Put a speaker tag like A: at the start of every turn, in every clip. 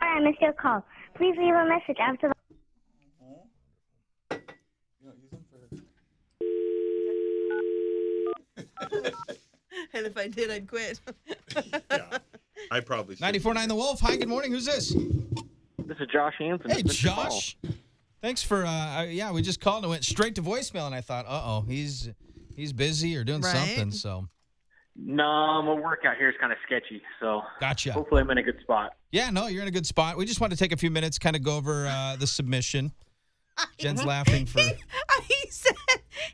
A: I missed your call. Please leave a message after the.
B: You know, use them for.
C: and if I did, I'd quit.
D: Yeah. I probably should.
E: 94.9 The Wolf. Hi, good morning. Who's this?
F: This is Josh Hanson.
E: Hey, Josh. Thanks for, uh, yeah, we just called and went straight to voicemail, and I thought, uh oh, he's he's busy or doing
C: Right.
E: something. So,
F: No, my workout here is kind of sketchy, so
E: gotcha.
F: hopefully I'm in a good spot.
E: Yeah, no, you're in a good spot. We just want to take a few minutes, kind of go over uh, the submission. Jen's laughing for.
C: he said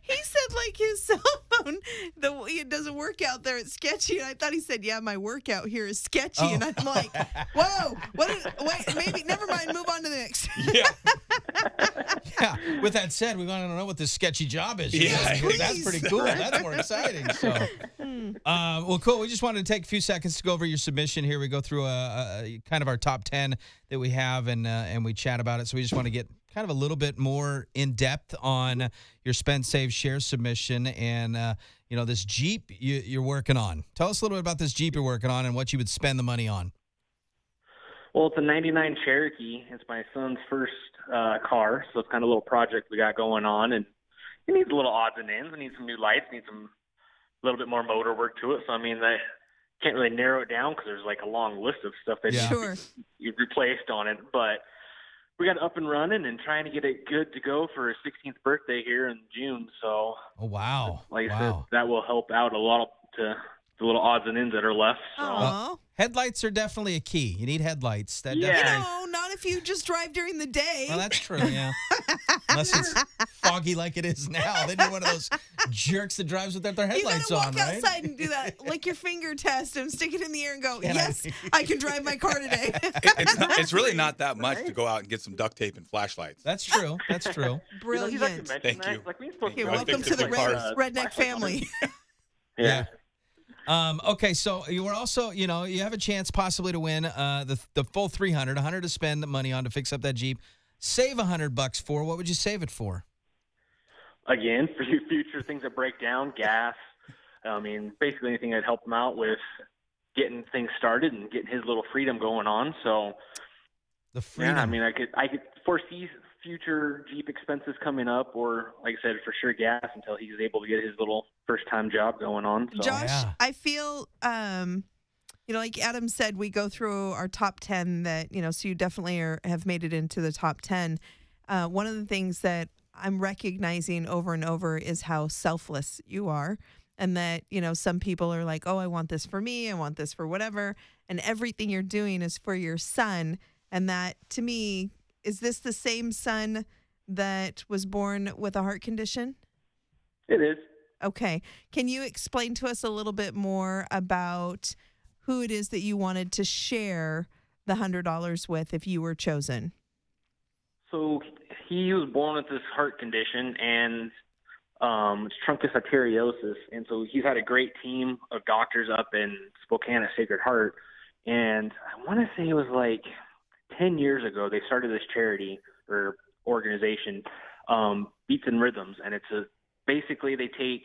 C: he said like his cell phone the it doesn't work out there it's sketchy and i thought he said yeah my workout here is sketchy and
E: Oh.
C: i'm like whoa what is, wait maybe never mind move on to the next
D: Yeah.
E: Yeah. With that said, we want to know what this sketchy job is.
D: Yeah.
E: That's pretty- that's pretty
C: Please.
E: cool. That's more exciting. So, uh, well, cool. We just wanted to take a few seconds to go over your submission here. We go through a, a kind of our top ten that we have, and uh, and we chat about it. So we just want to get kind of a little bit more in depth on your spend, save, share submission, and uh, you know this Jeep you, you're working on. Tell us a little bit about this Jeep you're working on and what you would spend the money on.
F: Well, it's a 99 Cherokee. It's my son's first uh, car, so it's kind of a little project we got going on. And it needs a little odds and ends. It needs some new lights. It needs some a little bit more motor work to it. So, I mean, I can't really narrow it down because there's like a long list of stuff that
E: Yeah.
C: sure
F: you replaced on it. But we got it up and running and trying to get it good to go for his 16th birthday here in June. So,
E: Oh wow!
F: like I said,
E: wow.
F: that will help out a lot to the little odds and ends that are left. So.
C: Aw.
E: Headlights are definitely a key. You need headlights. That
F: Yeah.
E: definitely-
C: no not if you just drive during the day
E: Well, Oh, that's true, yeah. Unless it's foggy like it is now, then you're one of those jerks that drives without their
C: you gotta
E: headlights
C: walk
E: on, right?
C: outside and do that lick your finger test and stick it in the air and go
E: Can I-
C: yes I can drive my car today
B: It- it's, not- it's really not that much to go out and get some duct tape and flashlights.
E: That's true. That's true.
F: You know, he's actually
C: brilliant
F: mentioned
B: Thank
F: that.
B: you.
F: Like, we ain't supposed to
C: You're
B: I
F: drive
B: think
C: welcome
B: it's
C: to the
B: like
C: red,
F: uh,
B: cars.
C: redneck family.
E: Yeah.
F: Yeah.
E: Um, okay, so you were also, you know, you have a chance possibly to win uh, the the full 300, 100 to spend the money on to fix up that Jeep. Save 100 bucks for. What would you save it for?
F: Again, for your future things that break down, gas. I mean, basically anything that'd help him out with getting things started and getting his little freedom going on. So,
E: The freedom.
F: yeah, I mean, I could I could foresee future Jeep expenses coming up, or like I said, for sure gas until he's able to get his little first time job going on. So.
C: Josh,
E: Yeah.
C: I feel, um, you know, like Adam said, we go through our top 10 that, you know, so you definitely are, have made it into the top 10. Uh, one of the things that I'm recognizing over and over is how selfless you are. And that, you know, some people are like, oh, I want this for me, I want this for whatever. And everything you're doing is for your son. And that to me, is this the same son that was born with a heart condition?
F: It is.
C: Okay. Can you explain to us a little bit more about who it is that you wanted to share the $100 with if you were chosen?
F: So he was born with this heart condition and um, it's truncus arteriosus, and so he's had a great team of doctors up in Spokane at Sacred Heart. And I want to say it was like ten years ago they started this charity or organization, um, Beats and Rhythms, and it's a basically they take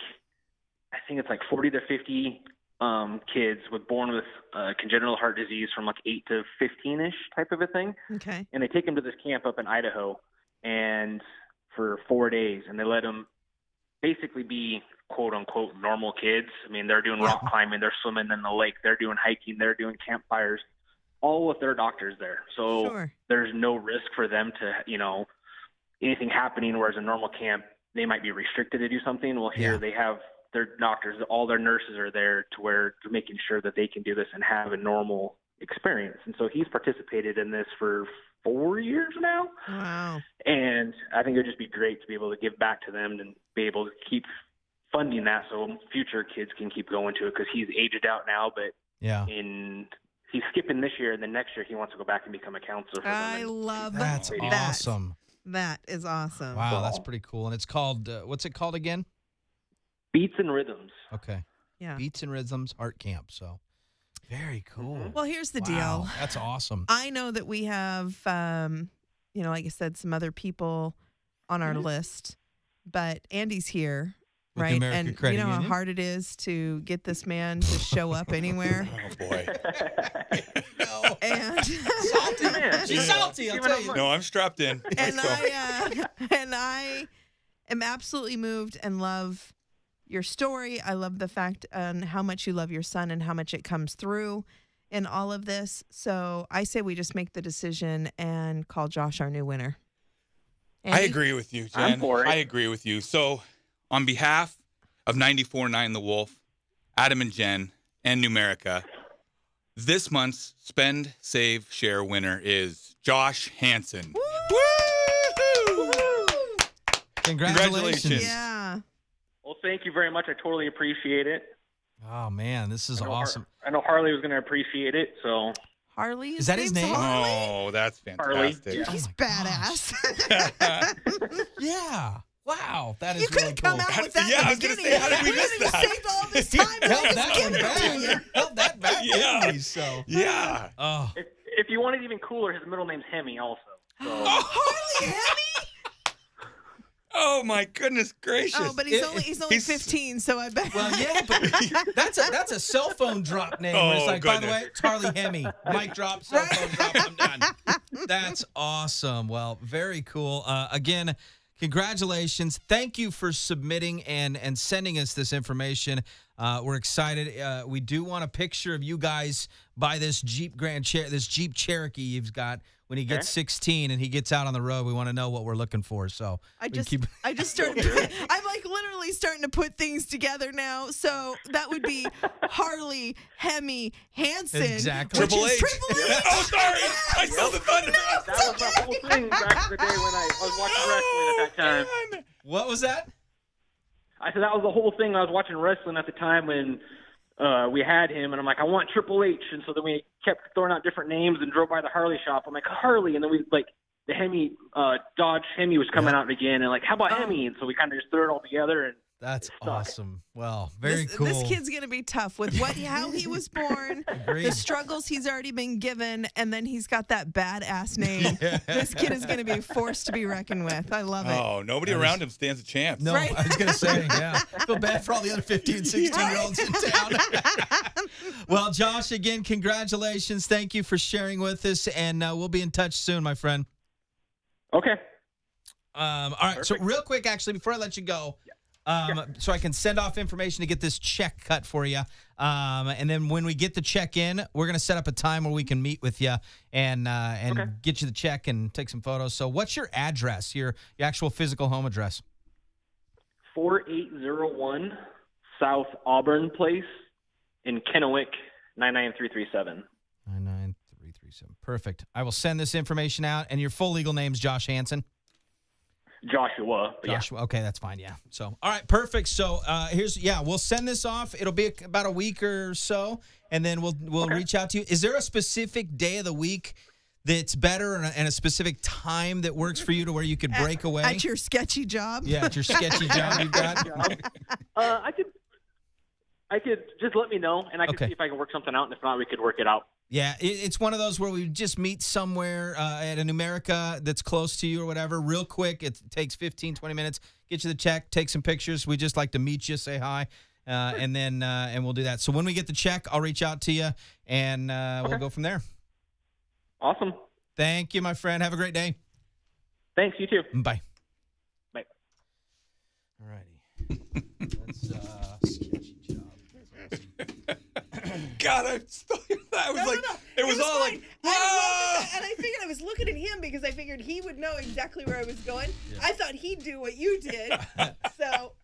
F: I think it's like forty to fifty um, kids with born with uh, congenital heart disease from like eight to fifteen ish type of a thing
C: Okay.
F: and they take him to this camp up in Idaho, and for four days, and they let him basically be quote unquote normal kids. I mean, they're doing rock climbing, they're swimming in the lake, they're doing hiking, they're doing campfires, all with their doctors there. So
C: Sure.
F: there's no risk for them to, you know, anything happening. Whereas a normal camp, they might be restricted to do something. Well, here
E: Yeah.
F: they have their doctors, all their nurses are there to where to making sure that they can do this and have a normal experience. And so he's participated in this for four years now,
C: Wow.
F: and I think it would just be great to be able to give back to them and be able to keep funding that so future kids can keep going to it because he's aged out now, but
E: yeah.
F: in he's skipping this year and then next year he wants to go back and become a counselor for
C: I
F: them. And-
C: love
E: That's
C: that.
E: awesome.
C: That is awesome.
E: Wow, that's pretty cool. And it's called, uh, what's it called again?
F: Beats and rhythms.
E: Okay.
C: Yeah.
E: Beats and Rhythms Art Camp. So very cool.
C: Well, here's the
E: Wow,
C: deal.
E: That's awesome.
C: I know that we have, um, you know, like I said, some other people on our list, but Andy's here,
E: Mm-hmm. With the
C: right?
E: American
C: and
E: Credit
C: you know how
E: Union?
C: hard it is to get this Oh, man to show up anywhere.
B: Oh boy.
E: No.
C: And
E: Salty.
F: Yeah.
E: She's salty, I'll
F: Give it
E: tell
F: up
E: you.
B: No, I'm strapped in. Let's
C: and
B: go.
C: I uh, and I am absolutely moved and love your story. I love the fact on how much you love your son and how much it comes through in all of this. So I say we just make the decision and call Josh our new winner.
B: I
C: Andy?
B: agree with you, Jen.
F: I'm for it.
B: I agree with you. So, on behalf of 94.9 The Wolf, Adam and Jen, and Numerica, this month's Spend, Save, Share winner is Josh Hansen.
E: Congratulations.
B: Congratulations.
C: Yeah.
F: Well, thank you very much. I totally appreciate it.
E: Oh man, this is
F: I know Har-
E: awesome.
F: I know Harley was going to appreciate it, so
C: Harley.
E: Is that his
C: name's
E: name?
C: Harley?
B: Oh, that's
F: Harley.
B: fantastic.
E: Oh
C: He's
E: my gosh.
C: badass.
E: Yeah. Wow. That is
C: you could
E: really
C: have come
E: cool.
C: out with that
B: Yeah,
C: in
B: I
C: the
B: was gonna
C: beginning.
B: say, how did we miss
C: would have
B: that?
C: saved all this time and I
E: Held
C: just
E: that
C: gave
E: one
C: it to you.
E: back. Held that back.
B: Yeah.
E: didn't we? So.
B: Yeah.
E: Oh.
F: if, if you want it even cooler, his middle name's Hemi also. So.
C: Harley Hemi?
B: Oh, my goodness gracious.
C: Oh, but he's
E: It-
C: only he's only
B: he's-
C: 15, so I bet.
E: Well, yeah, but that's a that's a cell phone drop name. where it's
B: Oh,
E: like, by the
B: goodness.
E: way, it's Harley Hemi, mic drop, cell phone drop. I'm done. That's awesome. Well, very cool. Uh, again, congratulations. Thank you for submitting and and sending us this information. Uh, we're excited. Uh, we do want a picture of you guys by this Jeep Grand Cher- this Jeep Cherokee you've got when he gets 16 and he gets out on the road. We want to know what we're looking for. So
C: I
E: we
C: just
E: keep-
C: I just started I'm like literally starting to put things together now. So that would be Harley Hemi Hansen.
E: Exactly.
C: which
B: Triple
C: is
B: H.
C: Triple H.
B: Oh, sorry. I stole the thunder.
F: That was my whole thing back in the day when I, I was watching wrestling at that time.
E: what was that?
F: I said that was the whole thing. I was watching wrestling at the time when uh, we had him, and I'm like, I want Triple H, and so then we kept throwing out different names and drove by the Harley shop. I'm like Harley, and then we like the Hemi uh, Dodge Hemi was coming out again, and like how about Hemi? And so we kind of just threw it all together, and
E: That's
F: Stuck.
E: awesome. Well, very
C: this,
E: cool.
C: This kid's gonna be tough with what how he was born, the
E: Agreed.
C: struggles he's already been given, and then he's got that badass name. This kid is gonna be a force to be reckoned with. I love it.
B: Oh, nobody around him stands a chance.
E: No,
C: Right?
E: I was going to say, yeah. I feel bad for all the other 15, 16 year olds in town. well, Josh, again, congratulations. Thank you for sharing with us, and uh, we'll be in touch soon, my friend.
F: okay,
E: Um, all right. So, real quick, actually, before I let you go, um, so I can send off information to get this check cut for you. Um, and then when we get the check in, we're going to set up a time where we can meet with you and uh, and get you the check and take some photos. So, what's your address, your, your actual physical home address?
F: four eight zero one South Auburn Place in Kennewick, nine nine three three seven.
E: 99337. Perfect. I will send this information out, and your full legal name's Josh Hansen.
F: Joshua. but
E: Joshua. Okay, that's fine. Yeah. So, all right, perfect. So, uh, here's yeah, we'll send this off. It'll be about a week or so, and then we'll we'll reach out to you. Is there a specific day of the week that's better, and a, and a specific time that works for you to where you could break away?
C: At your sketchy job.
E: yeah, at your sketchy job you've got.
F: Yeah. Uh, I could. I could just let me know, and I could
E: Okay.
F: see if I can work something out, and if not, we could work it out.
E: Yeah, it, it's one of those where we just meet somewhere uh, at a Numerica that's close to you or whatever, real quick. It takes 15, 20 minutes. Get you the check, take some pictures. We just like to meet you, say hi, uh, and then uh, and we'll do that. So when we get the check, I'll reach out to you and uh, we'll go from there.
F: Awesome.
E: Thank you, my friend. Have a great day.
F: Thanks. You too.
E: Bye.
F: Bye.
E: All righty. That's uh, sketchy job.
B: God, I stole your I was
C: No, no,
B: like,
C: no.
B: it was all
C: fine.
B: like,
C: I
B: ah!
C: loved it, and I figured I was looking at him because I figured he would know exactly where I was going. I thought he'd do what you did. so
B: Oh,